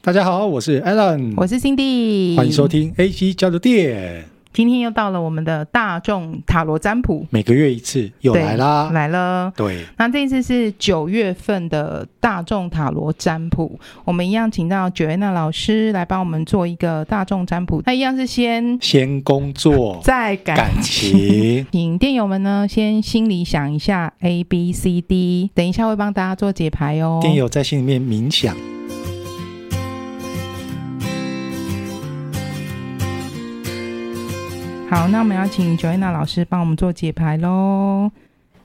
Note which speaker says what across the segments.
Speaker 1: 大家好，我是 Alan，
Speaker 2: 我是 Cindy，
Speaker 1: 嗯欢迎收。听 AC 交流店，
Speaker 2: 今天又到了我们的大众塔罗占卜，
Speaker 1: 每个月一次又
Speaker 2: 对
Speaker 1: 来啦。
Speaker 2: 来了。
Speaker 1: 对，
Speaker 2: 那这一次是九月份的大众塔罗占卜，我们一样请到九月娜老师来帮我们做一个大众占卜。那一样是先
Speaker 1: 先工作，
Speaker 2: 在感，
Speaker 1: 感情
Speaker 2: 请电友们呢，先心里想一下 A B C D，等一下会帮大家做解牌哦。
Speaker 1: 电友在心里面冥想。
Speaker 2: 好，那我们要请 Joanna 老师帮我们做解牌喽。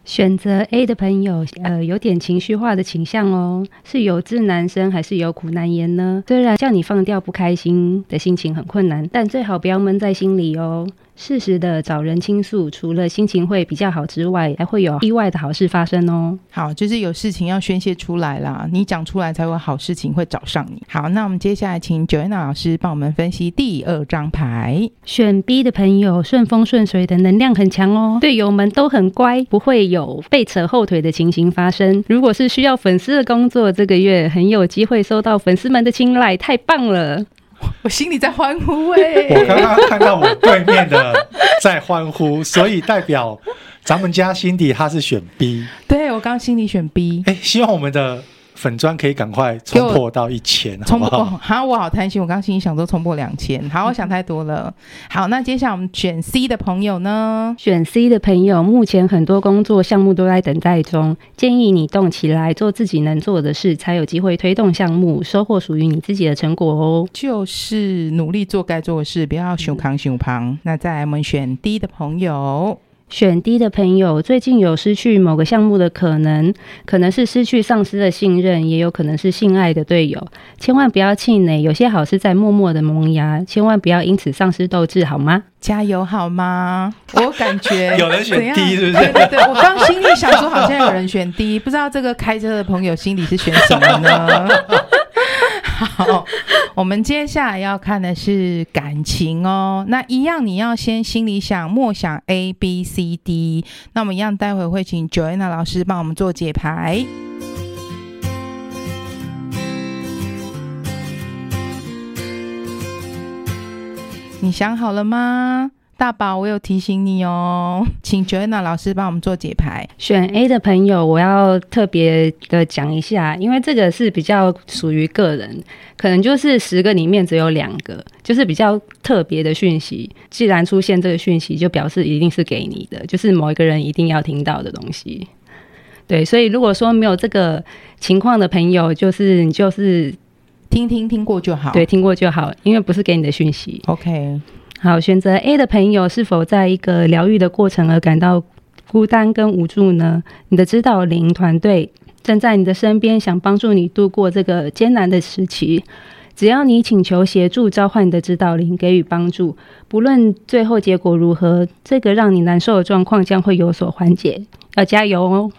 Speaker 3: 选择 A 的朋友，呃，有点情绪化的倾向哦，是有志难伸还是有苦难言呢？虽然叫你放掉不开心的心情很困难，但最好不要闷在心里哦。适时的找人倾诉，除了心情会比较好之外，还会有意外的好事发生哦。
Speaker 2: 好，就是有事情要宣泄出来啦，你讲出来才有好事情会找上你。好，那我们接下来请 Joanna 老师帮我们分析第二张牌。
Speaker 3: 选 B 的朋友顺风顺水的能量很强哦，队友们都很乖，不会有被扯后腿的情形发生。如果是需要粉丝的工作，这个月很有机会收到粉丝们的青睐，太棒了！
Speaker 2: 我心里在欢呼哎、
Speaker 1: 我刚刚看到我对面的在欢呼，所以代表咱们家 Cindy 她是选 B。
Speaker 2: 对我刚心里选 B，
Speaker 1: 哎，希望我们的粉砖可以赶快冲破到一千，好
Speaker 2: 冲
Speaker 1: 不
Speaker 2: 破
Speaker 1: 好？
Speaker 2: 哈、我好贪心，我刚心里想说冲破两千，好，我想太多了。好，那接下来我们选 C 的朋友呢？
Speaker 3: 选 C 的朋友，目前很多工作项目都在等待中，建议你动起来，做自己能做的事，才有机会推动项目，收获属于你自己的成果哦。
Speaker 2: 就是努力做该做的事，不要熊扛熊扛。那再来，我们选 D 的朋友，
Speaker 3: 选 D 的朋友，最近有失去某个项目的可能，可能是失去上司的信任，也有可能是性爱的队友。千万不要气馁，有些好事在默默的萌芽，千万不要因此丧失斗志，好吗？
Speaker 2: 加油 好吗？我感觉
Speaker 1: 有人选
Speaker 2: 怎样
Speaker 1: D 是不
Speaker 2: 对
Speaker 1: 是？
Speaker 2: 对对，我刚心里想说，好像有人选 D，不知 道这个开车的朋友心里是选什么 呢？好，我们接下来要看的是感情哦。那一样，你要先心里想，默想 A B C D。那我们一样，待会会请 Joanna 老师帮我们做解牌。你想好了吗？大宝，我有提醒你哦，请 Joanna 老师帮我们做解牌。
Speaker 3: 选 A 的朋友，我要特别的讲一下，因为这个是比较属于个人，可能就是十个里面只有两个，就是比较特别的讯息。既然出现这个讯息，就表示一定是给你的，就是某一个人一定要听到的东西。对，所以如果说没有这个情况的朋友，就是你就是
Speaker 2: 听听听过就好。
Speaker 3: 对听过就好，因为不是给你的讯息。
Speaker 2: ，OK，
Speaker 3: 好，选择 A 的朋友是否在一个疗愈的过程而感到孤单跟无助呢？你的指导灵团队正在你的身边，想帮助你度过这个艰难的时期。只要你请求协助，召唤你的指导灵给予帮助，不论最后结果如何，这个让你难受的状况将会有所缓解。要加油哦！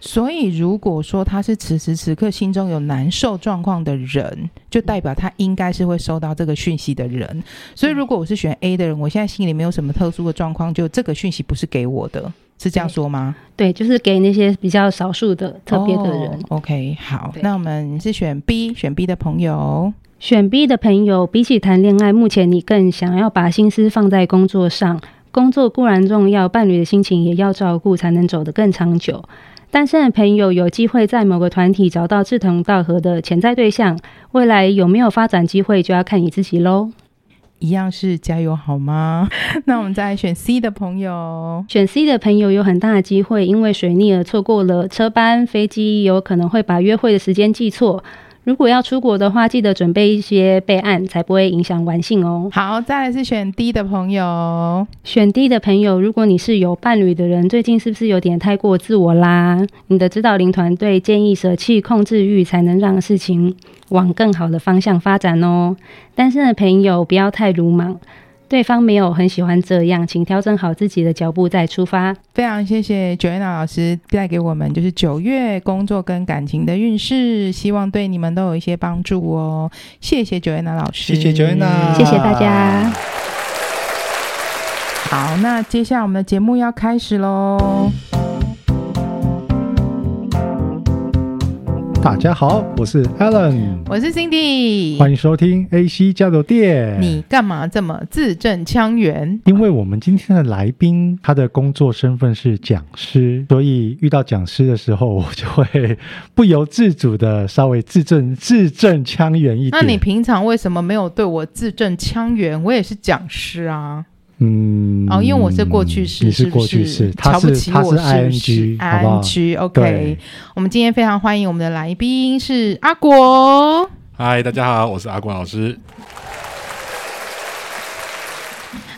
Speaker 2: 所以，如果说他是此时此刻心中有难受状况的人，就代表他应该是会收到这个讯息的
Speaker 3: 嗯
Speaker 2: 人。所以，如果我是选 A 的人，我现在心里没有什么特殊的状况，就这个讯息不是给我的，是这样说吗？
Speaker 3: 对，就是给那些比较少数的特别的人。
Speaker 2: 哦 OK，好，
Speaker 3: 对
Speaker 2: 那我们是选 B，选 B 的朋友。
Speaker 3: 选 B 的朋友，比起谈恋爱，目前你更想要把心思放在工作上。工作固然重要，伴侣的心情也要照顾，才能走得更长久。单身的朋友有机会在某个团体找到志同道合的潜在对象，未来有没有发展机会，就要看你自己喽。
Speaker 2: 一样是加油好 吗？那我们再来选 C 的朋友，
Speaker 3: 选 C 的朋友有很大的机会，因为水逆而错过了车班、飞机，有可能会把约会的时间记错。如果要出国的话，记得准备一些备案，才不会影响玩性哦。
Speaker 2: 好，再来是选 D 的朋友，
Speaker 3: 选 D 的朋友，如果你是有伴侣的人，最近是不是有点太过自我啦？你的指导灵团队建议舍弃控制欲，才能让事情往更好的方向发展哦。单身的朋友不要太鲁莽，对方没有很喜欢这样，请调整好自己的脚步再出发。
Speaker 2: 非常谢谢 Joanna 老师带给我们就是九月工作跟感情的运势，希望对你们都有一些帮助哦。谢谢 Joanna 老师，
Speaker 1: 谢谢
Speaker 2: 嗯
Speaker 1: Joanna，
Speaker 3: 谢谢大家。
Speaker 2: 好，那接下来我们的节目要开始喽。
Speaker 1: 大家好，我是 Alan，
Speaker 2: 我是 Cindy，
Speaker 1: 欢迎收听 AC 交流店。
Speaker 2: 你干嘛这么字正腔圆？
Speaker 1: 因为我们今天的来宾，他的工作身份是讲师，所以遇到讲师的时候，我就会不由自主的稍微字正字正腔圆一点。
Speaker 2: 那你平常为什么没有对我字正腔圆？我也是讲师啊。
Speaker 1: 嗯，
Speaker 2: 哦，因为我是过去式，
Speaker 1: 你
Speaker 2: 是
Speaker 1: 是过去
Speaker 2: 式
Speaker 1: 式，，他
Speaker 2: 瞧不
Speaker 1: 是
Speaker 2: 起
Speaker 1: 他
Speaker 2: 我是不
Speaker 1: ING，好不好？
Speaker 2: ？ING
Speaker 1: 对
Speaker 2: OK，我们今天非常欢迎我们的来宾是阿国。
Speaker 4: 嗨，大家好，我是阿光老师。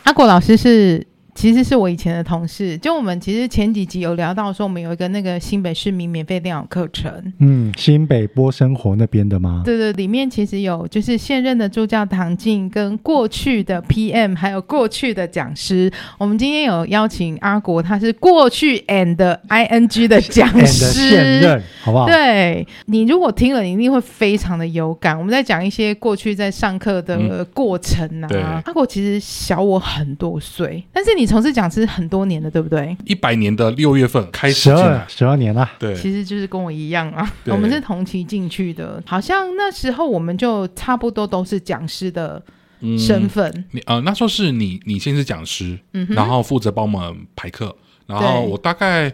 Speaker 2: 阿果老师是，其实是我以前的同事。就我们其实前几集有聊到说，我们有一个那个新北市民免费电脑课程，
Speaker 1: 嗯，新北波生活那边的吗？
Speaker 2: 对对，里面其实有就是现任的助教唐静跟过去的 PM，还有过去的讲师。我们今天有邀请阿国，他是过去 and ing 的讲
Speaker 1: and 现
Speaker 2: 师。
Speaker 1: 任，好不
Speaker 4: 哦
Speaker 1: 好？
Speaker 2: 对你，如果听了，你一定会非常的有感。我们在讲一些过去在上课的过程啊。
Speaker 4: 嗯对
Speaker 2: 阿国其实小我很多岁，但是你从事讲师很多年了，对不对？
Speaker 4: 一百年的六月份开始
Speaker 1: 十
Speaker 4: 进
Speaker 1: 二
Speaker 4: 来，
Speaker 1: 十二年啊啦，
Speaker 4: 对，
Speaker 2: 其实就是跟我一样啊，
Speaker 4: 对
Speaker 2: 我们是同期进去的，好像那时候我们就差不多都是讲师的
Speaker 4: 嗯
Speaker 2: 身份。
Speaker 4: 你呃那时候是你你先是讲师，
Speaker 2: 嗯哼，
Speaker 4: 然后负责帮我们排课，然后
Speaker 2: 对
Speaker 4: 我大概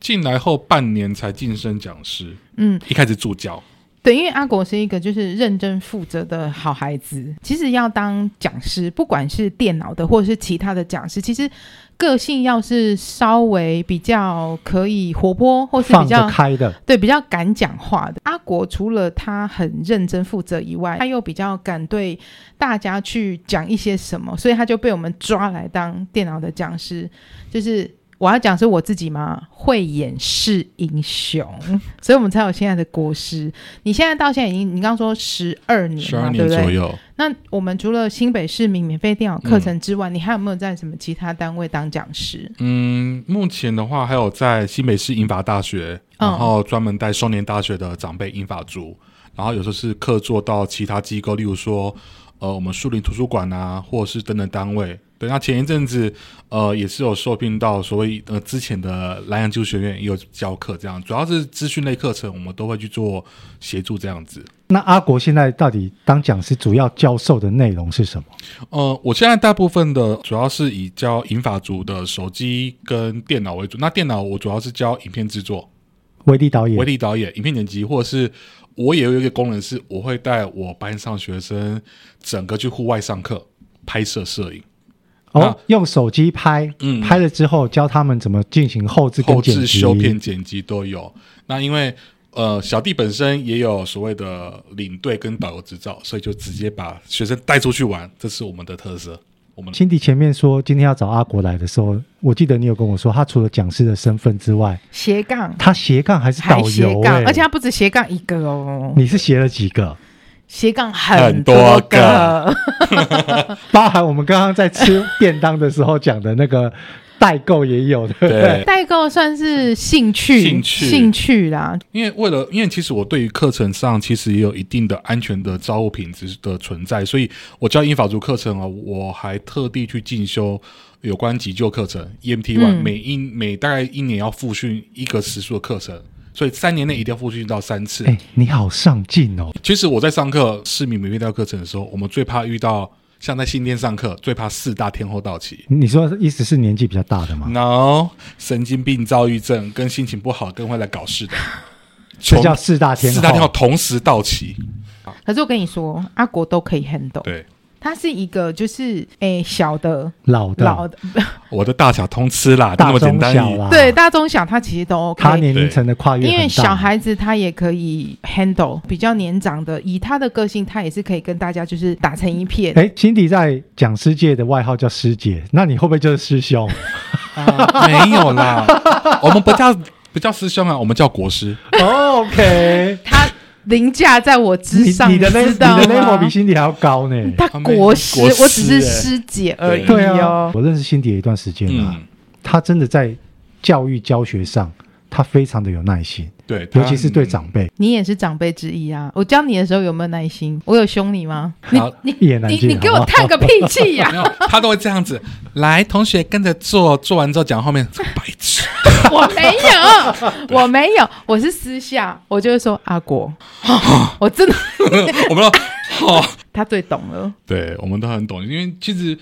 Speaker 4: 进来后半年才晋升讲师，
Speaker 2: 嗯，
Speaker 4: 一开始助教，
Speaker 2: 对，因为阿果是一个就是认真负责的好孩子。其实要当讲师，不管是电脑的或者是其他的讲师，其实个性要是稍微比较可以活泼，或是比
Speaker 1: 放
Speaker 2: 较
Speaker 1: 得开的，
Speaker 2: 对，比较敢讲话的阿国，除了他很认真负责以外，他又比较敢对大家去讲一些什么，所以他就被我们抓来当电脑的讲师。就是我要讲是我自己嘛，慧眼识英雄，所以我们才有现在的国师。你现在到现在已经，你刚刚说十二年
Speaker 4: 十
Speaker 2: 嘛，
Speaker 4: 二
Speaker 2: 对
Speaker 4: 年
Speaker 2: 不
Speaker 4: 左
Speaker 2: 对？
Speaker 4: 右。
Speaker 2: 那我们除了新北市民免费电脑课程之外，你还有没有在什么其他单位当讲师？
Speaker 4: 嗯，目前的话还有在新北市英法大学，
Speaker 2: 嗯
Speaker 4: 然后专门带双年大学的长辈英法组，然后有时候是客座到其他机构，例如说呃我们树林图书馆啊，或者是等等单位。对，那前一阵子呃也是有受聘到所谓呃之前的莱阳技术学院也有教课，这样主要是资讯类课程，我们都会去做协助这样子。
Speaker 1: 那阿国现在到底当讲师主要教授的内容是什么？
Speaker 4: 呃，我现在大部分的主要是以教银法族的手机跟电脑为主，那电脑我主要是教影片制作。
Speaker 1: 威力导演
Speaker 4: 威，力导演、影片剪辑，或者是我也有一个功能是，我会带我班上学生整个去户外上课拍摄摄影、
Speaker 1: 哦
Speaker 4: 啊，
Speaker 1: 用手机拍，
Speaker 4: 嗯
Speaker 1: 拍了之后教他们怎么进行后置跟
Speaker 4: 后
Speaker 1: 剪辑，
Speaker 4: 置修片、剪辑都有。那因为呃，小弟本身也有所谓的领队跟导游执照，所以就直接把学生带出去玩，这是我们的特色。我们
Speaker 1: 辛迪前面说今天要找阿国来的时候，我记得你有跟我说，他除了讲师的身份之外，
Speaker 2: 斜杠。
Speaker 1: 他斜杠还是导
Speaker 2: 还斜
Speaker 1: 游、
Speaker 2: 杠
Speaker 1: 欸，，
Speaker 2: 而且他不止斜杠一个哦，
Speaker 1: 你是斜了几个？
Speaker 2: 斜杠很
Speaker 4: 很多
Speaker 2: 个
Speaker 4: 个，
Speaker 1: 包含我们刚刚在吃便当的时候讲的那个代购也有，对不对？
Speaker 4: 对，
Speaker 2: 代购算是兴趣，
Speaker 4: 兴趣
Speaker 2: 兴趣啦。
Speaker 4: 因为为了，因为其实我对于课程上其实也有一定的安全的照顾品质的存在，所以我教英法族课程哦，我还特地去进修有关急救课程 EMT one，、
Speaker 2: 嗯
Speaker 4: 每一每大概一年要复训一个时数的课程，所以三年内一定要复训到三次。
Speaker 1: 哎、你好上进哦！
Speaker 4: 其实我在上课市民免费道课程的时候，我们最怕遇到像在新店上课，最怕四大天后到期。
Speaker 1: 你说意思是年纪比较大的吗？
Speaker 4: 嗯 no，神经病、躁郁症跟心情不好跟会来搞事的，
Speaker 1: 这叫四大天后。
Speaker 4: 四大天后同时到期。
Speaker 2: 可是我跟你说，阿国都可以 handle，
Speaker 4: 对，
Speaker 2: 他是一个就是诶小的、
Speaker 1: 老的
Speaker 2: 老的，
Speaker 4: 我的大小通吃啦，就那
Speaker 1: 大
Speaker 4: 么简
Speaker 1: 中
Speaker 4: 单
Speaker 1: 小
Speaker 4: 而已。
Speaker 1: 啦，
Speaker 2: 对，大中小他其实都
Speaker 1: 他
Speaker 2: OK。
Speaker 1: 年龄层的跨越很
Speaker 2: 因
Speaker 1: 大
Speaker 2: 为小孩子他也可以 handle 比较年长的，以他的个性，他也是可以跟大家就是打成一片。
Speaker 1: 哎，辛迪在讲师界的外号叫师姐，那你会不会就是师 兄？
Speaker 4: 没有啦，我们不叫不叫师兄啊，我们叫国师。
Speaker 1: 哦 OK，
Speaker 2: 他凌驾在我
Speaker 1: 你
Speaker 2: 之上，
Speaker 1: 你的 level
Speaker 2: 知
Speaker 1: 你
Speaker 2: 道吗
Speaker 1: 的 level 比辛迪还要高 呢。
Speaker 2: 他
Speaker 4: 他们
Speaker 2: 国师，
Speaker 4: 国师
Speaker 2: 我只是
Speaker 4: 欸
Speaker 2: 师姐而已
Speaker 1: 对啊
Speaker 2: 哦，。
Speaker 1: 我认识辛迪也一段时间了、
Speaker 4: 嗯，
Speaker 1: 他真的在教育教学上，他非常的有耐心，
Speaker 4: 对，啊他
Speaker 1: 尤其是对长辈，
Speaker 2: 你也是长辈之一啊！我教你的时候有没有耐心？我有凶你吗？你
Speaker 4: 嗯好
Speaker 2: 你
Speaker 1: 一言难
Speaker 2: 你
Speaker 1: 尽。
Speaker 2: 你给
Speaker 1: 好
Speaker 2: 我
Speaker 1: 不好
Speaker 2: 叹个屁气呀、
Speaker 4: 没有，他都会这样子。来，同学跟着做，做完之后讲后面这个白痴。
Speaker 2: 我没有，我没有，我是私下，我就会说阿 国，我真的
Speaker 4: 我们要好，
Speaker 2: 他最懂了。
Speaker 4: 对，我们都很懂，因为其实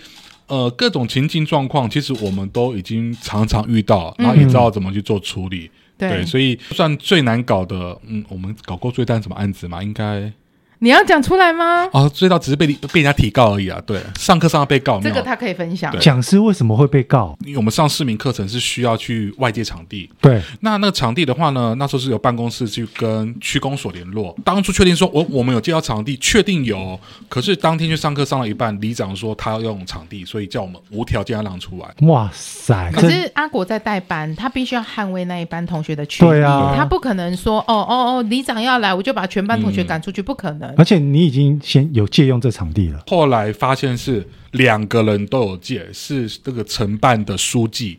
Speaker 4: 呃各种情境状况，其实我们都已经常常遇到，然后也知
Speaker 1: 嗯
Speaker 4: 道怎么去做处理。对，
Speaker 2: 对，
Speaker 4: 所以就算最难搞的，嗯，我们搞过最烂什么案子嘛？应该
Speaker 2: 你要讲出来吗？
Speaker 4: 啊，最大只是被被人家提告而已啊。对，上课上到被告，
Speaker 2: 这
Speaker 4: 没
Speaker 2: 个
Speaker 4: 有
Speaker 2: 他可以分享
Speaker 4: 对。
Speaker 1: 讲师为什么会被告？
Speaker 4: 因为我们上市民课程是需要去外界场地，
Speaker 1: 对，
Speaker 4: 那那个场地的话呢，那时候是有办公室去跟区公所联络。当初确定说我哦我们有借到场地，确定有，可是当天去上课上了一半，里长说他要用场地，所以叫我们无条件要让出来。
Speaker 1: 哇塞，
Speaker 2: 可
Speaker 1: 这
Speaker 2: 是阿国在代班，他必须要捍卫那一班同学的权益，
Speaker 1: 对啊
Speaker 2: 他不可能说哦哦哦，里长要来，我就把全班同学
Speaker 4: 嗯
Speaker 2: 赶出去，不可能。
Speaker 1: 而且你已经先有借用这场地了，
Speaker 4: 后来发现是两个人都有借，是这个承办的书记，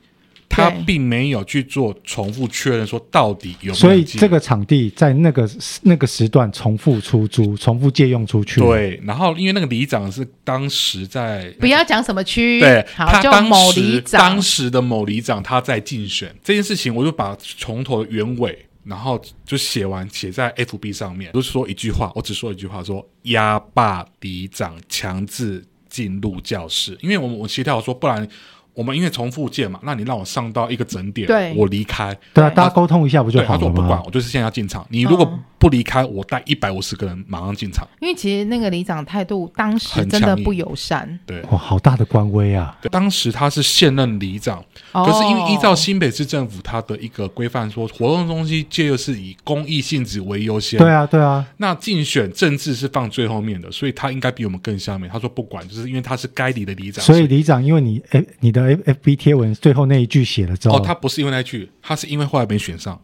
Speaker 4: 他
Speaker 2: 对
Speaker 4: 并没有去做重复确认，说到底有没有
Speaker 1: 所以
Speaker 4: 借
Speaker 1: 这个场地在那个那个时段重复出租、重复借用出去。，
Speaker 4: 对。然后因为那个里长是当时在
Speaker 2: 不要讲什么区，
Speaker 4: 对
Speaker 2: 好
Speaker 4: 他
Speaker 2: 就
Speaker 4: 当
Speaker 2: 某
Speaker 4: 时
Speaker 2: 里长
Speaker 4: 当，时的某里长他在竞选这件事情，我就把从头的原委，然后就写完写在 FB 上面，就说一句话，我只说一句话，说压霸里长强制进入教室，因为我们我协调说，不然我们因为重复见嘛，那你让我上到一个整点，
Speaker 2: 对
Speaker 4: 我离开，
Speaker 1: 对啊，大家沟通一下不就
Speaker 4: 对，他
Speaker 1: 好
Speaker 4: 说
Speaker 1: 了
Speaker 4: 我不管
Speaker 1: 吗，？
Speaker 4: 我就是现在要进场，你如果
Speaker 2: 嗯
Speaker 4: 不离开，我带一百五十个人马上进场，
Speaker 2: 因为其实那个里长态度当时
Speaker 4: 很
Speaker 2: 真
Speaker 4: 强
Speaker 2: 的
Speaker 4: 硬
Speaker 2: 不友善。
Speaker 4: 对。
Speaker 1: 哇，好大的官威啊！
Speaker 4: 对当时他是现任里长，
Speaker 1: 哦
Speaker 4: 可是因为依照新北市政府它的一个规范说，活动中心借又是以公益性质为优先。
Speaker 1: 对。啊，对啊，
Speaker 4: 那竞选政治是放最后面的，所以他应该比我们更下面。他说不管，就是因为他是该里的里长，
Speaker 1: 所以里长，因为你哎，你的 F F B 贴文最后那一句写了之
Speaker 4: 哦，
Speaker 1: 后，
Speaker 4: 他不是因为那句，他是因为后来没选上。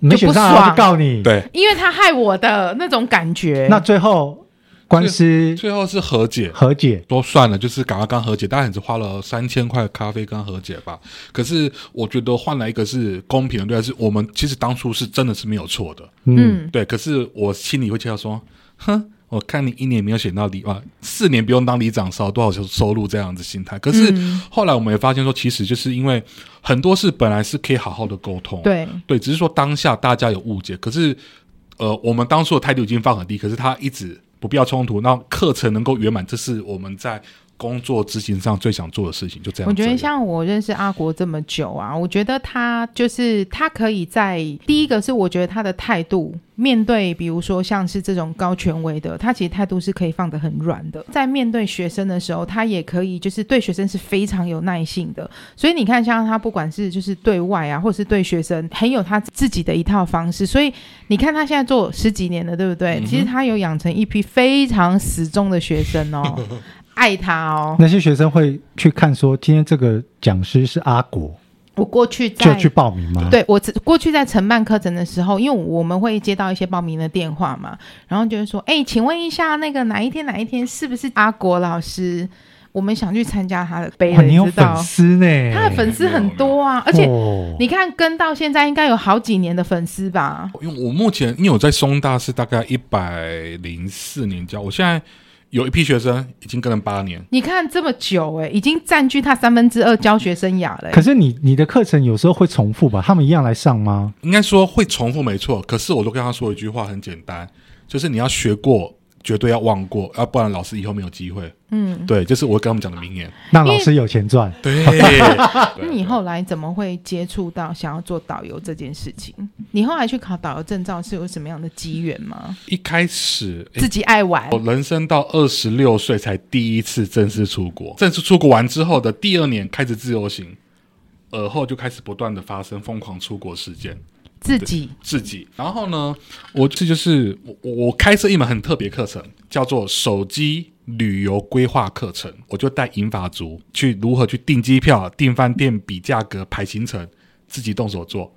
Speaker 1: 没选上啊
Speaker 2: 就
Speaker 1: 他
Speaker 2: 不爽
Speaker 1: 就告你。，
Speaker 4: 对，
Speaker 2: 因为他害我的那种感觉，
Speaker 1: 那最后官司
Speaker 4: 最后是和解，
Speaker 1: 和解，
Speaker 4: 说算了，就是赶快刚和解，大概也只花了三千块咖啡跟和解吧。可是我觉得换来一个是公平的对待，是我们其实当初是真的是没有错的。
Speaker 1: 嗯，
Speaker 4: 对，可是我心里会觉得说，哼，我看你一年没有选到里啊，四年不用当里长，少多少收收入这样子心态。可是
Speaker 2: 嗯
Speaker 4: 后来我们也发现说，其实就是因为很多事本来是可以好好的沟通，
Speaker 2: 对
Speaker 4: 对，只是说当下大家有误解，可是呃，我们当初的态度已经放很低，可是他一直不必要冲突，让课程能够圆满，这是我们在工作执行上最想做的事情，就这样。
Speaker 2: 我觉得像我认识阿国这么久啊，我觉得他就是他可以在第一个是我觉得他的态度面对，比如说像是这种高权威的，他其实态度是可以放得很软的。在面对学生的时候，他也可以就是对学生是非常有耐性的。所以你看，像他不管是就是对外啊，或是对学生，很有他自己的一套方式。所以你看他现在做十几年了，对不对？
Speaker 4: 嗯哼
Speaker 2: 其实他有养成一批非常死忠的学生哦， 爱他哦。
Speaker 1: 那些学生会去看说，今天这个讲师是阿国，
Speaker 2: 我过去在
Speaker 1: 就去报名吗？，
Speaker 2: 对我只过去在承办课程的时候，因为我们会接到一些报名的电话嘛，然后就是说，哎，请问一下，那个哪一天哪一天是不是阿国老师？我们想去参加他的杯
Speaker 1: 哇，
Speaker 2: 了，
Speaker 1: 你有
Speaker 2: 知
Speaker 1: 粉
Speaker 2: 道？
Speaker 1: 丝呢，
Speaker 2: 他的粉丝很多啊，而且
Speaker 1: 哦
Speaker 2: 你看跟到现在应该有好几年的粉丝吧？
Speaker 4: 因为我目前因为我在松大是大概一百零四年教，我现在有一批学生已经跟了八年，
Speaker 2: 你看这么久、哎，已经占据他三分之二教学生涯了、哎
Speaker 1: 可是你你的课程有时候会重复吧？他们一样来上吗？
Speaker 4: 应该说会重复没错，可是我都跟他说一句话很简单，就是你要学过，绝对要忘过，要不然老师以后没有机会。
Speaker 2: 嗯，
Speaker 4: 对，就是我会跟他们讲的名言。
Speaker 1: 让老师有钱赚。
Speaker 4: 对，啊
Speaker 2: 那你后来怎么会接触到想要做导游这件事情？你后来去考导游证照是有什么样的机缘吗？
Speaker 4: 一开始。诶哦
Speaker 2: 自己爱玩，
Speaker 4: 我人生到二十六岁才第一次正式出国，正式出国完之后的第二年开始自由行，而后就开始不断的发生疯狂出国事件。
Speaker 2: 自己
Speaker 4: 自己。嗯然后呢，我这就是我我我开设一门很特别课程，叫做手机旅游规划课程。我就带银发族去如何去订机票、订饭店、比价格、排行程，自己动手做，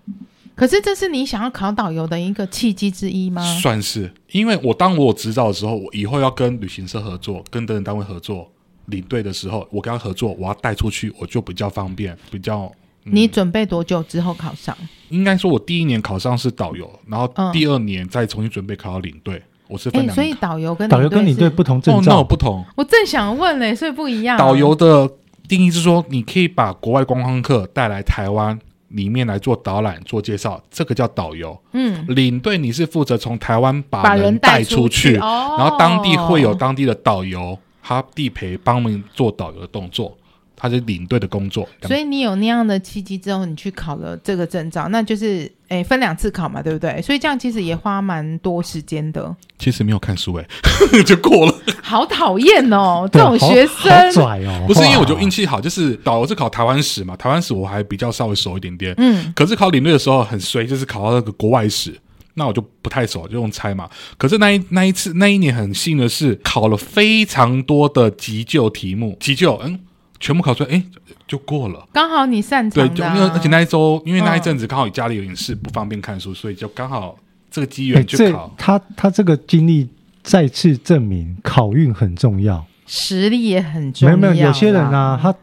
Speaker 2: 可是这是你想要考导游的一个契机之一吗？
Speaker 4: 算是。因为我当我有执照的时候，我以后要跟旅行社合作，跟等等单位合作。领队的时候，我跟他合作，我要带出去，我就比较方便，比较
Speaker 2: 你准备多久之后考上？
Speaker 4: 应该说，我第一年考上是导游，然后
Speaker 2: 嗯
Speaker 4: 第二年再重新准备考到领队，我是分
Speaker 2: 哎，
Speaker 4: 两
Speaker 2: 所
Speaker 4: 年
Speaker 2: 以导游跟
Speaker 1: 导游跟领队
Speaker 2: 是，
Speaker 1: 不同
Speaker 4: 哦
Speaker 1: 证，
Speaker 4: 那我
Speaker 1: 照，
Speaker 4: 不同。
Speaker 2: 我正想问嘞，啊所以不一样。
Speaker 4: 导游的定义是说，你可以把国外观光客带来台湾，里面来做导览、做介绍，这个叫导游。
Speaker 5: 嗯，
Speaker 4: 领队你是负责从台湾
Speaker 5: 把
Speaker 4: 把
Speaker 5: 人
Speaker 4: 人带出
Speaker 5: 去，
Speaker 4: 去，
Speaker 5: 哦
Speaker 4: 然后当地会有当地的导游，他地陪帮我们做导游的动作，他是领队的工作。
Speaker 2: 所以你有那样的契机之后，你去考了这个证照，那就是诶分两次考嘛，对不对？所以这样其实也花蛮多时间的，
Speaker 4: 其实没有看书哎、 就过了，
Speaker 2: 好讨厌哦，这
Speaker 1: 对
Speaker 2: 种
Speaker 1: 好
Speaker 2: 学
Speaker 1: 好
Speaker 2: 生。
Speaker 1: 拽哦，
Speaker 4: 不是因为我就
Speaker 1: 哇
Speaker 4: 运气好，就是导游是考台湾史嘛，台湾史我还比较稍微熟一点点，
Speaker 2: 嗯，
Speaker 4: 可是考领队的时候很衰，就是考到那个国外史，那我就不太熟，就用猜嘛。可是那一那一次那一年很幸运的是，考了非常多的急救题目，急救嗯，全部考出来，哎，就过了。
Speaker 2: 刚好你擅
Speaker 4: 对，
Speaker 2: 长
Speaker 4: 就
Speaker 2: 的啊、
Speaker 4: 因为而且那一周，因为那一
Speaker 2: 嗯
Speaker 4: 阵子刚好家里有点事，不方便看书，所以就刚好这个机
Speaker 1: 哎，
Speaker 4: 缘去
Speaker 1: 这
Speaker 4: 考。
Speaker 1: 他他这个经历再次证明考运很重要。
Speaker 2: 实力也很重
Speaker 1: 没
Speaker 2: 要
Speaker 1: 有
Speaker 2: 啦。
Speaker 1: 没有，有些人啊，他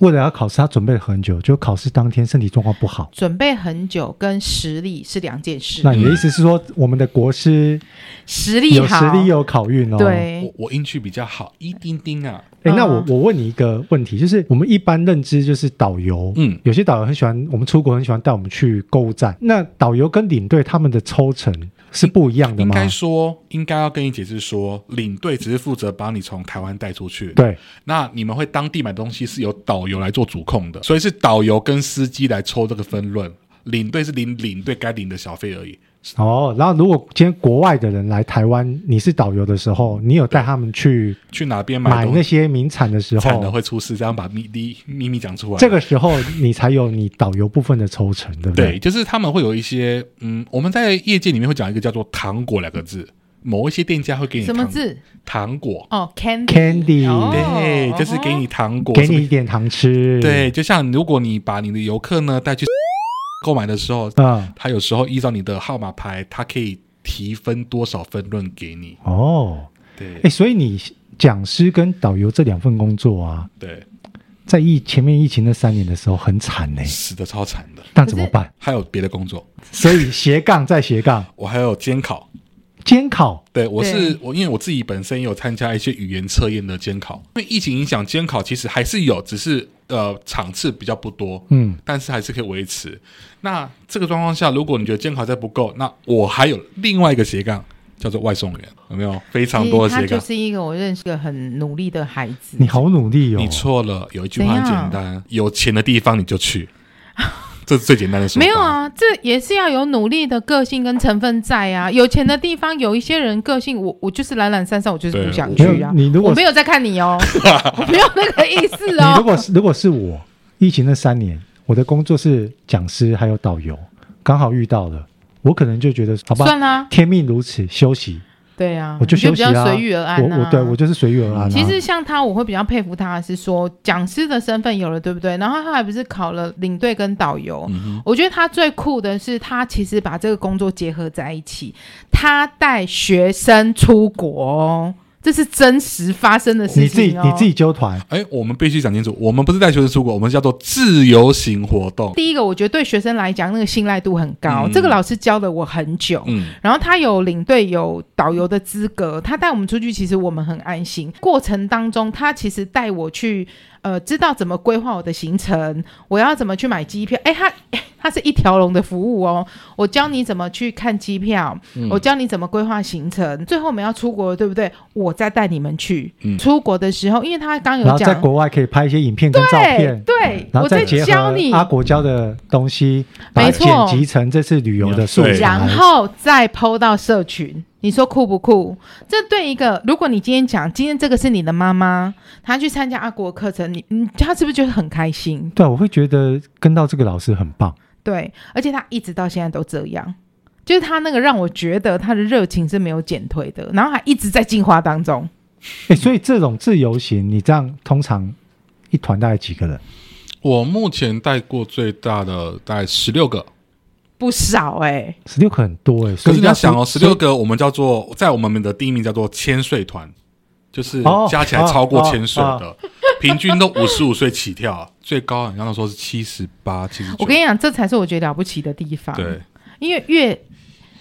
Speaker 1: 为了要考试，他准备了很久，就考试当天身体状况不好。
Speaker 2: 准备很久跟实力是两件事，
Speaker 1: 那你的意思是说，我们的国师
Speaker 2: 实力
Speaker 1: 有
Speaker 2: 好，
Speaker 1: 实力有考运哦？哎，
Speaker 2: 对
Speaker 4: 我，我运气比较好，一丁丁啊，
Speaker 1: 那我
Speaker 2: 嗯
Speaker 1: 我问你一个问题，就是我们一般认知就是导游，
Speaker 4: 嗯
Speaker 1: 有些导游很喜欢，我们出国很喜欢带我们去购物站。那导游跟领队他们的抽成是不一样的
Speaker 4: 应
Speaker 1: 吗？
Speaker 4: 该说应该要跟你解释说，领队只是负责把你从台湾带出去，
Speaker 1: 对，
Speaker 4: 那你们会当地买东西是由导游来做主控的，所以是导游跟司机来抽这个分论，领队是领领队该领的小费而已。
Speaker 1: 哦。然后如果今天国外的人来台湾，你是导游的时候，你有带他们去
Speaker 4: 去哪边买
Speaker 1: 买
Speaker 4: 东
Speaker 1: 那
Speaker 4: 西，
Speaker 1: 些名产的时
Speaker 4: 惨了
Speaker 1: 候，
Speaker 4: 会出事，这样把秘密秘密讲出来。
Speaker 1: 这个时候你才有你导游部分的抽成，对不
Speaker 4: 对，？就是他们会有一些，嗯，我们在业界里面会讲一个叫做“糖果”两个字，某一些店家会给你
Speaker 2: 什么
Speaker 4: 糖
Speaker 2: 字？
Speaker 4: 糖果，
Speaker 2: 哦
Speaker 1: Candy
Speaker 2: 哦
Speaker 4: 对，就是给你糖果，
Speaker 1: 给
Speaker 4: 什
Speaker 1: 你
Speaker 4: 么
Speaker 1: 一点糖吃，
Speaker 4: 对，，就像如果你把你的游客呢带去 购买的时候，
Speaker 1: 嗯，
Speaker 4: 他有时候依照你的号码牌，他可以提分多少分论给你。
Speaker 1: 哦，
Speaker 4: 对
Speaker 1: 哎，所以你讲师跟导游这两份工作啊，
Speaker 4: 对，
Speaker 1: 在疫前面疫情那三年的时候很惨呢、
Speaker 4: 死的超惨的。
Speaker 1: 那怎么办？
Speaker 4: 还有别的工作，
Speaker 1: 所以斜杠再斜杠，
Speaker 4: 我还有监考。
Speaker 1: 监考
Speaker 4: 对，我是
Speaker 2: 对
Speaker 4: 我，因为我自己本身也有参加一些语言测验的监考，因为疫情影响，监考其实还是有，只是呃场次比较不多，
Speaker 1: 嗯，
Speaker 4: 但是还是可以维持。那这个状况下，如果你觉得监考再不够，那我还有另外一个斜杠叫做外送员，有没有？非常多的
Speaker 2: 他
Speaker 4: 斜
Speaker 2: 就
Speaker 4: 杠。
Speaker 2: 是一个我认识的很努力的孩子。
Speaker 1: 你好努力哦，
Speaker 4: 你错了，有一句话很
Speaker 2: 怎样
Speaker 4: 简单：有钱的地方你就去，这是最简单的说法。
Speaker 2: 没有，啊，这也是要有努力的个性跟成分在啊。有钱的地方，有一些人个性，我我就是懒懒散散，我就是不
Speaker 4: 对
Speaker 2: 想
Speaker 4: 我
Speaker 1: 没
Speaker 2: 去
Speaker 1: 有
Speaker 2: 啊。
Speaker 1: 你如
Speaker 2: 我
Speaker 1: 果
Speaker 2: 没有在看你 哦，我没有那个意思
Speaker 1: 你如
Speaker 2: 哦。
Speaker 1: 果是如果是我，疫情那三年，我的工作是讲师还有导游，刚好遇到了，我可能就觉得好吧，
Speaker 2: 算啦，
Speaker 1: 天命如此，休息，
Speaker 2: 对啊，
Speaker 1: 我
Speaker 2: 你就
Speaker 1: 休
Speaker 2: 比
Speaker 1: 息
Speaker 2: 较
Speaker 1: 啦、
Speaker 2: 随遇而安
Speaker 1: 我
Speaker 2: 啊。
Speaker 1: 我对我就是随遇而安、啊。
Speaker 2: 其实像他，我会比较佩服他的是说，讲师的身份有了，对不对？然后他还不是考了领队跟导游。
Speaker 4: 嗯哼，
Speaker 2: 我觉得他最酷的是，他其实把这个工作结合在一起，他带学生出国哦，这是真实发生的
Speaker 1: 你
Speaker 2: 事
Speaker 1: 自己
Speaker 2: 情、哦。
Speaker 1: 你自己纠团，
Speaker 4: 哎，我们必须讲清楚，我们不是带学生出国，我们叫做自由行活动。
Speaker 2: 第一个，我觉得对学生来讲，那个信赖度很高。
Speaker 4: 嗯
Speaker 2: 这个老师教了我很久，
Speaker 4: 嗯，
Speaker 2: 然后他有领队、有导游的资格，他带我们出去，其实我们很安心。过程当中，他其实带我去，呃，知道怎么规划我的行程，我要怎么去买机票。哎，他 他是一条龙的服务哦，我教你怎么去看机票，
Speaker 1: 嗯
Speaker 2: 我教你怎么规划行程。最后我们要出国了，对不对？我再带你们去、
Speaker 4: 嗯
Speaker 2: 出国的时候，因为他刚
Speaker 1: 然
Speaker 2: 有
Speaker 1: 后在
Speaker 2: 讲，
Speaker 1: 国外可以拍一些影片跟照
Speaker 2: 嗯对
Speaker 1: 片。
Speaker 2: 对，
Speaker 1: 然
Speaker 2: 我
Speaker 1: 后再
Speaker 2: 在
Speaker 1: 结
Speaker 2: 教
Speaker 1: 合
Speaker 2: 你。
Speaker 1: 阿国教的东西，把
Speaker 2: 没
Speaker 1: 它
Speaker 2: 错
Speaker 1: 剪辑成这次旅游的素
Speaker 4: 对
Speaker 1: 材。
Speaker 2: 然后再抛到社群，你说酷不酷？这对一个，如果你今天讲，今天这个是你的妈妈，她去参加阿国课程，你你她是不是觉得很开心？
Speaker 1: 对，我会觉得跟到这个老师很棒。
Speaker 2: 对，而且她一直到现在都这样，就是她那个让我觉得她的热情是没有减退的，然后还一直在进化当中。
Speaker 1: 哎，所以这种自由行，你这样通常一团大概几个人？
Speaker 4: 我目前带过最大的大概十六个，
Speaker 2: 不少哎、
Speaker 1: 十六个很多哎、所
Speaker 4: 可
Speaker 1: 以
Speaker 4: 是你要想哦，十
Speaker 1: 所以
Speaker 4: 六个我们叫做在我们的第一名叫做千岁团，就是
Speaker 1: 哦
Speaker 4: 加起来超过千岁
Speaker 1: 哦
Speaker 4: 的，平均都五十五岁起跳，最高好像那时候是七十八、七十九。
Speaker 2: 我跟你讲，这才是我觉得了不起的地方。
Speaker 4: 对，，
Speaker 2: 因为越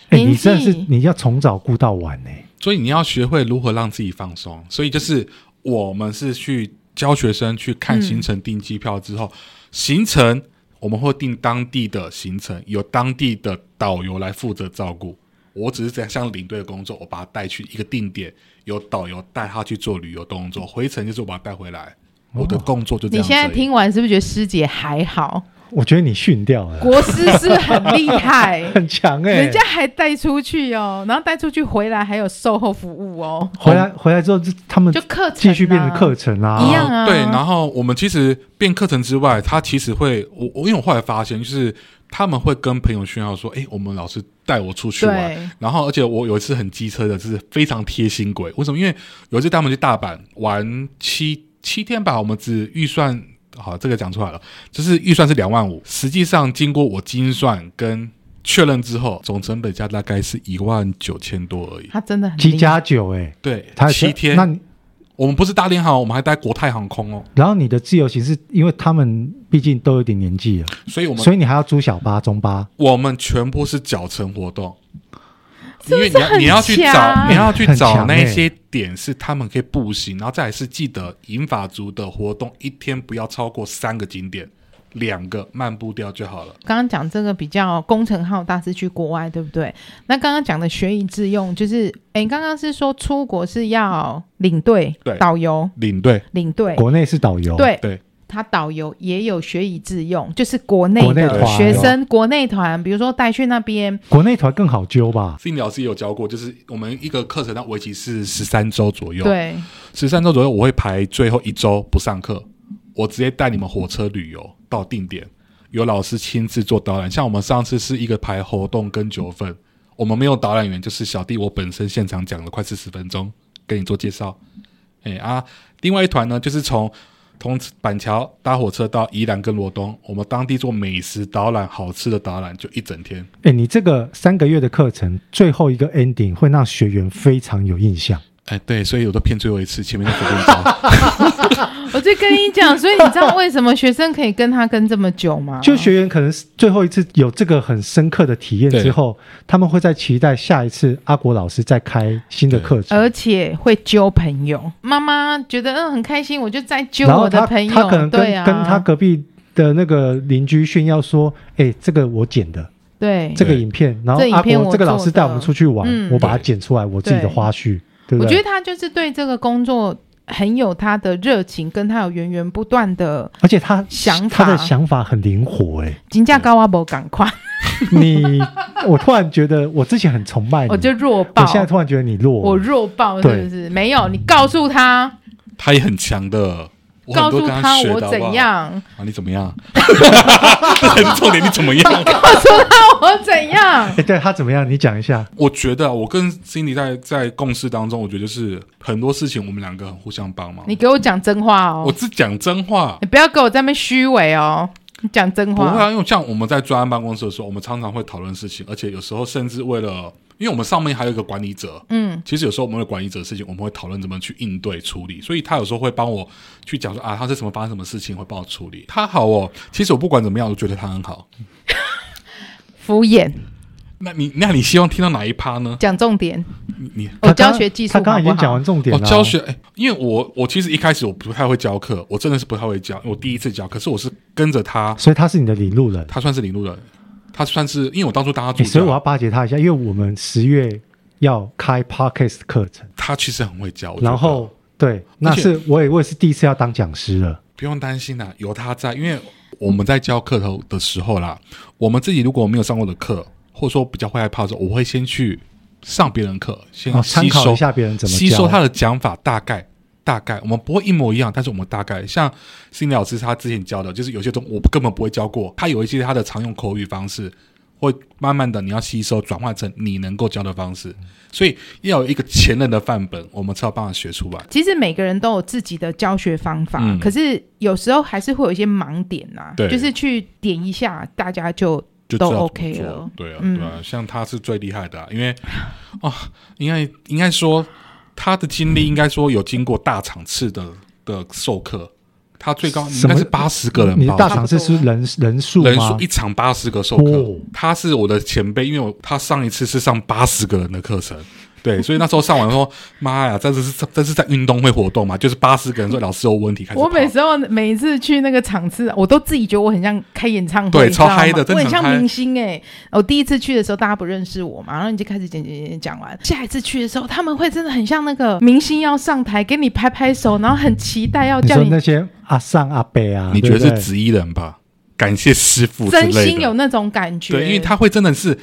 Speaker 1: 哎、
Speaker 2: 年
Speaker 1: 你真的是
Speaker 2: 纪
Speaker 1: 你要从早顾到晚欸呢、
Speaker 4: 所以你要学会如何让自己放松。所以就是我们是去教学生去看行程、订机票之后，行程我们会定当地的行程，由当地的导游来负责照顾。我只是在像领队的工作，我把他带去一个定点，由导游带他去做旅游动作，回程就是我把他带回来。我的工作就这
Speaker 2: 你
Speaker 4: 样子而已。
Speaker 2: 现在听完是不是觉得师姐还好？
Speaker 1: 我觉得你训掉了，
Speaker 2: 国师是不是很厉害？
Speaker 1: 很强哎、
Speaker 2: 人家还带出去哦，然后带出去回来还有售后服务哦，
Speaker 1: 回来回来之后，就他们
Speaker 2: 就课程啊
Speaker 1: 继续变成课程啊，
Speaker 2: 一样啊
Speaker 4: 对，然后我们其实变课程之外，他其实会，我我因为我后来发现，就是他们会跟朋友炫耀说：“哎，我们老师带我出去
Speaker 1: 啊
Speaker 2: 对
Speaker 4: 玩。”然后，而且我有一次很机车的，就是非常贴心鬼。为什么？因为有一次带他们去大阪玩七七天吧，我们只预算好，这个讲出来了，就是预算是两万五，实际上经过我精算跟确认之后，总成本价大概是一万九千多而已。
Speaker 2: 他真的很
Speaker 1: 七
Speaker 2: 厉害。
Speaker 1: 加九哎，
Speaker 4: 对，
Speaker 1: 他
Speaker 4: 七天
Speaker 1: 那，你
Speaker 4: 我们不是大连航，我们还带国泰航空哦，
Speaker 1: 然后你的自由行是因为他们毕竟都有点年纪了，
Speaker 4: 所以我们
Speaker 1: 所以你还要租小巴、中巴，
Speaker 4: 我们全部是脚程活动，
Speaker 2: 是不是
Speaker 4: 因为你要
Speaker 2: 很
Speaker 4: 你要去
Speaker 2: 强
Speaker 4: 找你要去找
Speaker 1: 很强欸
Speaker 4: 那些点是他们可以步行，然后再来是记得银发族的活动一天不要超过三个景点，两个漫步掉就好了。
Speaker 2: 刚刚讲这个比较工程浩大是去国外，对不对？那刚刚讲的学以致用，就是哎，诶刚刚是说出国是要领队、
Speaker 4: 对
Speaker 2: 导游、
Speaker 4: 领队
Speaker 2: 领队，
Speaker 1: 国内是导游，，
Speaker 2: 对
Speaker 4: 对。
Speaker 2: 他导游也有学以致用，就是国内
Speaker 1: 国内
Speaker 2: 的
Speaker 1: 团哦
Speaker 2: 学生、国内团，比如说带去那边，
Speaker 1: 国内团更好揪吧？
Speaker 4: 心理老师也有教过，就是我们一个课程，它为期是十三周左右。，
Speaker 2: 对，
Speaker 4: 十三周左右，我会排最后一周不上课，我直接带你们火车旅游到定点，有老师亲自做导览。像我们上次是一个排活动跟九份，我们没有导览员，就是小弟我本身现场讲了快四十分钟，跟你做介绍。哎啊，另外一团呢，就是从从板桥搭火车到宜兰跟罗东，我们当地做美食导览、好吃的导览，就一整天。
Speaker 1: 哎，你这个三个月的课程最后一个 ending 会让学员非常有印象，
Speaker 4: 哎，对，所以我都骗最后一次，前面都随便招。
Speaker 2: 我就跟你讲，所以你知道为什么学生可以跟他跟这么久吗？
Speaker 1: 就学员可能是最后一次有这个很深刻的体验之后，他们会在期待下一次阿国老师再开新的课程，
Speaker 2: 而且会揪朋友。妈妈觉得嗯很开心，我就再揪
Speaker 1: 然后
Speaker 2: 我
Speaker 1: 他
Speaker 2: 的朋友，
Speaker 1: 他可能跟
Speaker 2: 对啊，
Speaker 1: 跟他隔壁的那个邻居炫耀说，哎，这个我剪的。
Speaker 2: 对
Speaker 1: 这个影片，然后
Speaker 2: 这影
Speaker 1: 阿
Speaker 2: 片
Speaker 1: 国
Speaker 2: 我
Speaker 1: 这个老
Speaker 2: 做
Speaker 1: 师带
Speaker 2: 的
Speaker 1: 我们出去玩，
Speaker 2: 嗯
Speaker 1: 我把它剪出来，我自己的
Speaker 2: 对
Speaker 1: 花絮，对不
Speaker 2: 我觉
Speaker 1: 对
Speaker 2: 得？他就是对这个工作很有他的热情，跟他有源源不断的
Speaker 1: 而且他
Speaker 2: 想
Speaker 1: 他的
Speaker 2: 法
Speaker 1: 想法很灵活、 欸，
Speaker 2: 金价高啊，不赶快，
Speaker 1: 哎你，我突然觉得我之前很崇拜你，
Speaker 2: 我就弱爆
Speaker 1: 我，现在突然觉得你弱，
Speaker 2: 我弱爆是不是？没有，你告诉他，
Speaker 4: 他也很强的，我很
Speaker 2: 告
Speaker 4: 多
Speaker 2: 诉
Speaker 4: 跟
Speaker 2: 他
Speaker 4: 学
Speaker 2: 我
Speaker 4: 的好不好
Speaker 2: 怎样，
Speaker 4: 啊，你怎么样？这才是重点，你怎么样？
Speaker 2: 告诉他我怎样
Speaker 1: 哎、，对他怎么样？你讲一下，
Speaker 4: 我觉得啊我跟 Cindy 在在共事当中，我觉得就是很多事情我们两个很互相帮忙。
Speaker 2: 你给我讲真话
Speaker 4: 我
Speaker 2: 哦，
Speaker 4: 是讲真话，
Speaker 2: 你不要给我在那边虚伪哦，你讲真
Speaker 4: 不会
Speaker 2: 话
Speaker 4: 啊，。因为像我们在专案办公室的时候，我们常常会讨论事情，而且有时候甚至为了，因为我们上面还有一个管理者，
Speaker 2: 嗯，
Speaker 4: 其实有时候我们的管理者的事情，我们会讨论怎么去应对处理，所以他有时候会帮我去讲说啊，他是什么发生什么事情，会帮我处理。他好哦，其实我不管怎么样，我都觉得他很好。
Speaker 2: 敷衍，
Speaker 4: 那你那你希望听到哪一趴呢？
Speaker 2: 讲重点。
Speaker 4: 你你
Speaker 2: 我
Speaker 1: 他
Speaker 2: 哦教
Speaker 1: 刚
Speaker 2: 学技术
Speaker 1: 他刚
Speaker 2: 好
Speaker 1: 刚已
Speaker 2: 不
Speaker 1: 经讲
Speaker 2: 好
Speaker 1: 完？重点啊
Speaker 4: 哦，
Speaker 1: 了、
Speaker 4: 教学，哎，因为我我其实一开始我不太会教课，我真的是不太会教，因为我第一次教，可是我是跟着他，
Speaker 1: 所以他是你的领路人，
Speaker 4: 他算是领路人，他算是因为我当初当他助
Speaker 1: 哎所以我
Speaker 4: 教，
Speaker 1: 要巴结他一下，因为我们十月要开 podcast 课程，
Speaker 4: 他其实很会教，我觉得
Speaker 1: 然后对，那
Speaker 4: 且
Speaker 1: 是我也我也是第一次要当讲师了，
Speaker 4: 不用担心啦，有他在，因为我们在教课头的时候啦，我们自己如果没有上过的课，或者说比较会害怕的时候，我会先去上别人的课，先
Speaker 1: 哦参
Speaker 4: 吸
Speaker 1: 考
Speaker 4: 收
Speaker 1: 一下别人怎么
Speaker 4: 吸
Speaker 1: 教
Speaker 4: 收他的讲法，大概大概我们不会一模一样，但是我们大概像心理老师他之前教的，就是有些东西我根本不会教过，他有一些他的常用口语方式。会慢慢的，你要吸收转换成你能够教的方式，所以要有一个前人的范本，我们才有办法学出来。
Speaker 2: 其实每个人都有自己的教学方法，
Speaker 4: 嗯
Speaker 2: 可是有时候还是会有一些盲点呐、
Speaker 4: 对
Speaker 2: 就是去点一下，大家就
Speaker 4: 就知
Speaker 2: 都
Speaker 4: 道怎么
Speaker 2: OK
Speaker 4: 做
Speaker 2: 了
Speaker 4: 对啊，
Speaker 2: 嗯
Speaker 4: 对啊，像他是最厉害的啊、因为哦，应该应该说他的经历应该说有经过大场次的的授课，他最高应
Speaker 1: 什么
Speaker 4: 该是八十个人
Speaker 1: 你的
Speaker 4: 吧。
Speaker 1: 大场是是人人数吗？
Speaker 4: 人数一场八十个授课，
Speaker 1: 哦
Speaker 4: 他是我的前辈，因为我他上一次是上八十个人的课程，对，所以那时候上完说，妈呀，这是这是在运动会活动嘛，就是八十个人说老师有问题开始跑。
Speaker 2: 我每时候每一次去那个场次，我都自己觉得我很像开演唱会，
Speaker 4: 对
Speaker 2: 你知道吗
Speaker 4: 超嗨的真
Speaker 2: 我
Speaker 4: 的
Speaker 2: 很
Speaker 4: 很
Speaker 2: 像
Speaker 4: 嗨
Speaker 2: 明星哎、我第一次去的时候，大家不认识我嘛，然后你就开始讲讲讲讲讲完。下一次去的时候，他们会真的很像那个明星要上台给你拍拍手，然后很期待要
Speaker 1: 你
Speaker 2: 叫
Speaker 1: 说
Speaker 2: 你
Speaker 1: 那些阿上阿伯啊，
Speaker 4: 你觉
Speaker 1: 对不
Speaker 4: 得
Speaker 1: 对
Speaker 4: 是紫衣人吧？感谢师傅之类
Speaker 2: 真
Speaker 4: 的，
Speaker 2: 心有那种感觉，
Speaker 4: 对，因为他会真的是，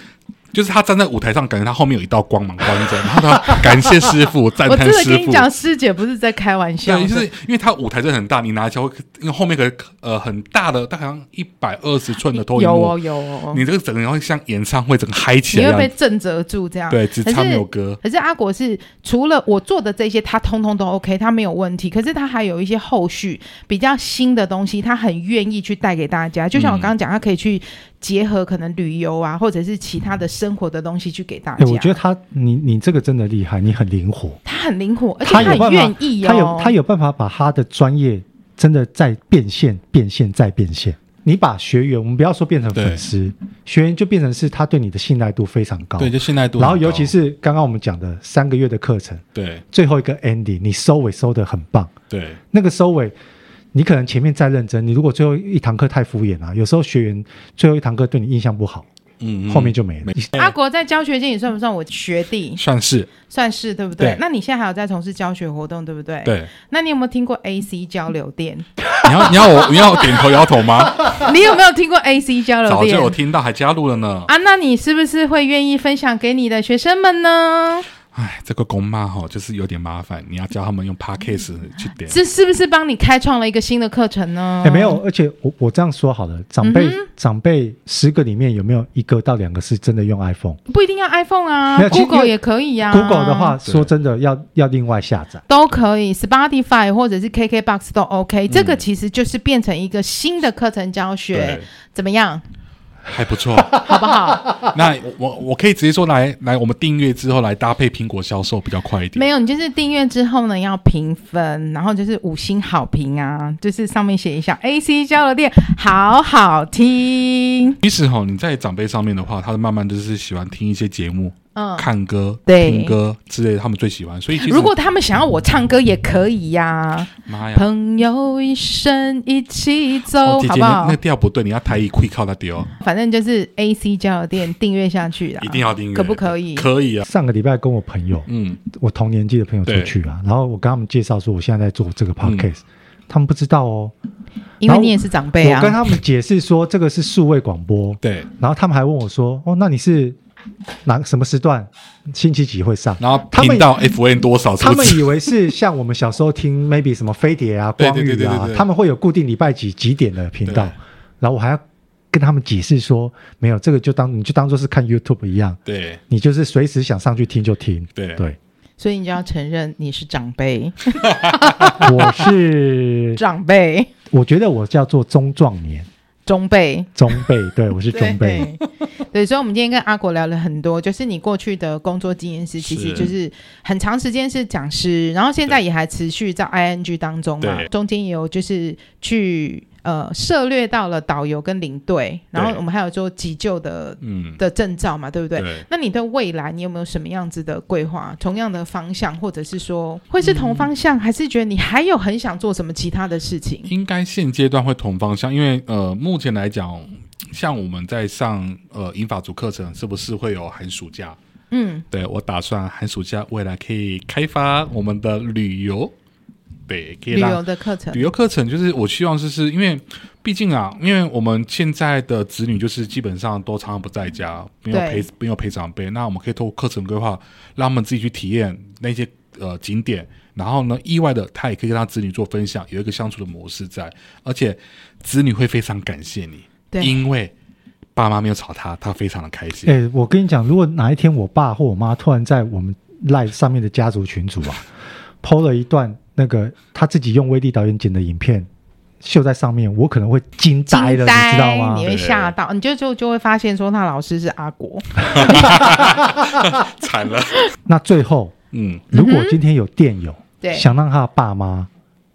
Speaker 4: 就是他站在舞台上，感觉他后面有一道光芒关着，然后他感谢师傅，赞
Speaker 2: 我
Speaker 4: 叹
Speaker 2: 真的
Speaker 4: 师
Speaker 2: 跟你
Speaker 4: 傅。
Speaker 2: 讲，师姐不是在开玩笑
Speaker 4: 对，
Speaker 2: 的，
Speaker 4: 就是因为他舞台真的很大，你拿球，因为后面有个呃很大的，大概好像一百二十寸的投影
Speaker 2: 有
Speaker 4: 幕，
Speaker 2: 哦有哦，
Speaker 4: 你这个整个人会像演唱会整个嗨起
Speaker 2: 你
Speaker 4: 来
Speaker 2: 会
Speaker 4: 一
Speaker 2: 被
Speaker 4: 样。
Speaker 2: 震慑住这样。
Speaker 4: 对，只
Speaker 2: 可是
Speaker 4: 唱没有歌，
Speaker 2: 可是阿果是除了我做的这些，他通通都 OK，他没有问题。可是他还有一些后续比较新的东西，他很愿意去带给大
Speaker 1: 嗯
Speaker 2: 家。就像我刚刚讲，他可以去结合可能旅游啊，或者是其他的生活的东西去给大
Speaker 1: 哎、
Speaker 2: 家。
Speaker 1: 我觉得他，你你这个真的厉害，你很灵活，
Speaker 2: 他很灵活，而且
Speaker 1: 他有
Speaker 2: 很
Speaker 1: 办
Speaker 2: 愿
Speaker 1: 法
Speaker 2: 意哦。
Speaker 1: 他有他有办法把他的专业真的在变现、变现再变现。你把学员，我们不要说变成粉丝，学员就变成是他对你的信赖度非常高。
Speaker 4: 对，就信赖度很
Speaker 1: 然
Speaker 4: 高。
Speaker 1: 后尤其是刚刚我们讲的三个月的课程，
Speaker 4: 对
Speaker 1: 最后一个 ending，你收尾收的很棒，
Speaker 4: 对
Speaker 1: 那个收尾。你可能前面再认真，你如果最后一堂课太敷衍了、啊有时候学员最后一堂课对你印象不好，
Speaker 4: 嗯，嗯
Speaker 1: 后面就没了。
Speaker 2: 阿国在教学界，你算不算我学弟？
Speaker 4: 算是
Speaker 2: 算是对不对？
Speaker 4: 对
Speaker 2: 那你现在还有在从事教学活动，对不对？。
Speaker 4: 对。
Speaker 2: 那你有没有听过 AC 交流电？
Speaker 4: 你要你要我你要我点头摇头 吗？
Speaker 2: 你有没有听过 AC 交流
Speaker 4: 早就
Speaker 2: 电？
Speaker 4: 有听到，还加入了呢。
Speaker 2: 啊，那你是不是会愿意分享给你的学生们呢？
Speaker 4: 哎，这个公骂哈，就是有点麻烦，你要教他们用 podcast 去点。
Speaker 2: 这是不是帮你开创了一个新的课程呢？
Speaker 1: 哎、没有，，而且我我这样说好了，长辈、
Speaker 2: 嗯
Speaker 1: 长辈十个里面有没有一个到两个是真的用 iPhone？、
Speaker 2: 不一定要 iPhone 啊
Speaker 1: 没有其实因
Speaker 2: ，Google
Speaker 1: 为
Speaker 2: 也可以啊。
Speaker 1: Google 的话，
Speaker 4: 对
Speaker 1: 说真的要要另外下载。
Speaker 2: 都可以，Spotify 或者是 KKBox 都
Speaker 1: 嗯
Speaker 2: OK、这个其实就是变成一个新的课程教学
Speaker 4: 对，，
Speaker 2: 怎么样？
Speaker 4: 还不错。
Speaker 2: 好 不好？
Speaker 4: 那我我我可以直接说来来，我们订阅之后来搭配苹果销售比较快一点。
Speaker 2: 没有，你就是订阅之后呢，要评分，然后就是五星好评啊，就是上面写一下 AC 交流电好好听，
Speaker 4: 其实哈，你在长辈上面的话，他慢慢就是喜欢听一些节目、
Speaker 2: 嗯。
Speaker 4: 看歌、
Speaker 2: 对
Speaker 4: 听歌之类的，他们最喜欢。所以其实
Speaker 2: 如果他们想要我唱歌也可以呀、
Speaker 4: 妈哎呀，
Speaker 2: 朋友一生一起走，
Speaker 4: 哦姐
Speaker 2: 好不
Speaker 4: 姐那
Speaker 2: 好嗯
Speaker 4: 那？调不对，你要台语会靠他丢，
Speaker 2: 反正就是 A C 交流店订阅下去啦，
Speaker 4: 一定要订阅，
Speaker 2: 可不可以？
Speaker 4: 可以啊，
Speaker 1: 上个礼拜跟我朋友，
Speaker 4: 嗯，
Speaker 1: 我同年纪的朋友出去啊，然后我跟他们介绍说我现在在做这个
Speaker 4: 嗯
Speaker 1: podcast，、他们不知道哦。
Speaker 2: 因为你也是长辈啊
Speaker 1: 我。跟他们解释说这个是数位广播，
Speaker 4: 对。
Speaker 1: 然后他们还问我说：“哦，那你是哪什么时段，星期几会上？”
Speaker 4: 然后
Speaker 1: 他们
Speaker 4: 频道 FN 多少是
Speaker 1: 他
Speaker 4: 不
Speaker 1: 们
Speaker 4: 是？
Speaker 1: 以为是像我们小时候 听 maybe 什么飞碟啊、
Speaker 4: 对
Speaker 1: 光
Speaker 4: 对对
Speaker 1: 遇
Speaker 4: 对对
Speaker 1: 啊
Speaker 4: 对，
Speaker 1: 他们会有固定礼拜几几点的频道
Speaker 4: 对，
Speaker 1: 然后我还要跟他们解释说，没有这个就当你就当做是看 YouTube 一样，
Speaker 4: 对
Speaker 1: 你就是随时想上去听就听。
Speaker 4: 对
Speaker 1: 对，
Speaker 2: 所以你就要承认你是长辈，
Speaker 1: 我是
Speaker 2: 长辈，
Speaker 1: 我觉得我叫做中壮年
Speaker 2: 中辈。
Speaker 1: 中辈，对我是中辈。
Speaker 2: 对，对，所以，我们今天跟阿果聊了很多，就是你过去的工作经验是，其实
Speaker 4: 是
Speaker 2: 就是很长时间是讲师，然后现在
Speaker 4: 对
Speaker 2: 也还持续在 ING 当中嘛
Speaker 4: 对，
Speaker 2: 中间也有就是去呃涉猎到了导游跟领队，然后
Speaker 4: 对
Speaker 2: 我们还有做急救的
Speaker 4: 嗯，
Speaker 2: 的证照嘛，对不对？
Speaker 4: 对
Speaker 2: 那你对未来你有没有什么样子的规划？同样的方向，或者是说会是同方向，还是觉得你还有很想做什么其他的事情？
Speaker 4: 应该现阶段会同方向，因为呃，目前来讲，像我们在上呃英法族课程，是不是会有寒暑假？
Speaker 2: 嗯，
Speaker 4: 对我打算寒暑假未来可以开发我们的旅游，对，可以
Speaker 2: 旅游
Speaker 4: 让
Speaker 2: 的课程
Speaker 4: 旅，游课程就是我希望就是因为毕竟啊，因为我们现在的子女就是基本上都常常不在家，没有
Speaker 2: 对
Speaker 4: 陪没有陪长辈，那我们可以透过课程规划，让他们自己去体验那些呃景点，然后呢，意外的他也可以跟他子女做分享，有一个相处的模式在，而且子女会非常感谢你，
Speaker 2: 对，
Speaker 4: 因为爸妈没有吵他，他非常的开 心。
Speaker 1: 哎、我跟你讲，如果哪一天我爸或我妈突然在我们 Live 上面的家族群组 啊，抛了一段那个他自己用威力导演剪的影片秀在上面，我可能会惊
Speaker 2: 惊
Speaker 1: 呆了，
Speaker 2: 呆
Speaker 1: 你知道吗
Speaker 2: 你？会吓到，你就就就会发现说，那老师是阿国，
Speaker 4: 惨了，
Speaker 1: 那最后，
Speaker 4: 嗯，
Speaker 1: 如果今天有电友、
Speaker 2: 对，
Speaker 1: 想让他的爸妈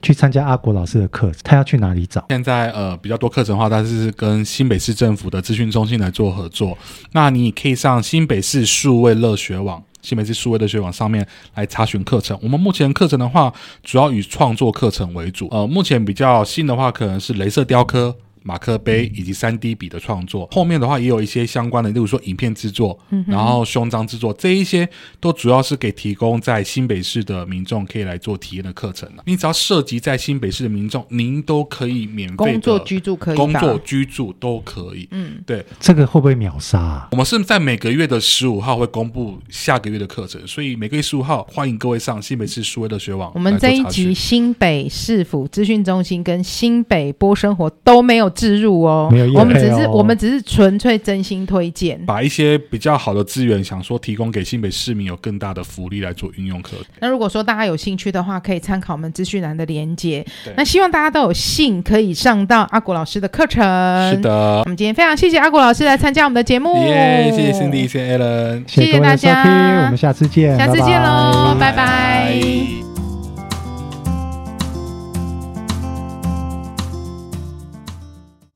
Speaker 1: 去参加阿国老师的课，他要去哪里找？
Speaker 4: 现在呃比较多课程的话，它是跟新北市政府的资讯中心来做合作。那你可以上新北市数位乐学网，新北市数位的学网上面来查询课程。我们目前课程的话，主要以创作课程为主。呃，目前比较新的话，可能是镭射雕刻、马克杯以及三 D 笔的创作。后面的话也有一些相关的，例如说影片制作，
Speaker 2: 嗯
Speaker 4: 然后胸章制作这一些，都主要是给提供在新北市的民众可以来做体验的课程了。你只要涉及在新北市的民众，您都可以免费
Speaker 2: 工
Speaker 4: 的
Speaker 2: 作居住可以吧
Speaker 4: 工作居住都可以。
Speaker 1: 哦
Speaker 2: 嗯，
Speaker 4: 对，
Speaker 1: 这个会不会秒杀、啊？
Speaker 4: 我们是在每个月的十五号会公布下个月的课程，所以每个月十五号欢迎各位上新北市数位的学网。
Speaker 2: 我们这一集，新北市府资讯中心跟新北波生活都没有置入哦，
Speaker 1: 没有业配哦
Speaker 2: 我们只是我们只是纯粹真心推荐。
Speaker 4: 把一些比较好的资源，想说提供给新北市民有更大的福利来做运用课程。
Speaker 2: 那如果说大家有兴趣的话，可以参考我们资讯栏的连接
Speaker 4: 对。
Speaker 2: 那希望大家都有幸可以上到阿果老师的课程。
Speaker 4: 是，的，
Speaker 2: 我们今天非常谢谢阿果老师来参加我们的节目，
Speaker 4: 耶、谢谢 Cindy，谢谢 Alan。
Speaker 1: 谢
Speaker 2: 谢谢
Speaker 1: 各位
Speaker 2: 大
Speaker 1: 的收听，
Speaker 2: 家
Speaker 1: 我们下次见，
Speaker 2: 下次见
Speaker 1: 拜拜
Speaker 2: 哦喽，拜
Speaker 4: 拜
Speaker 2: 拜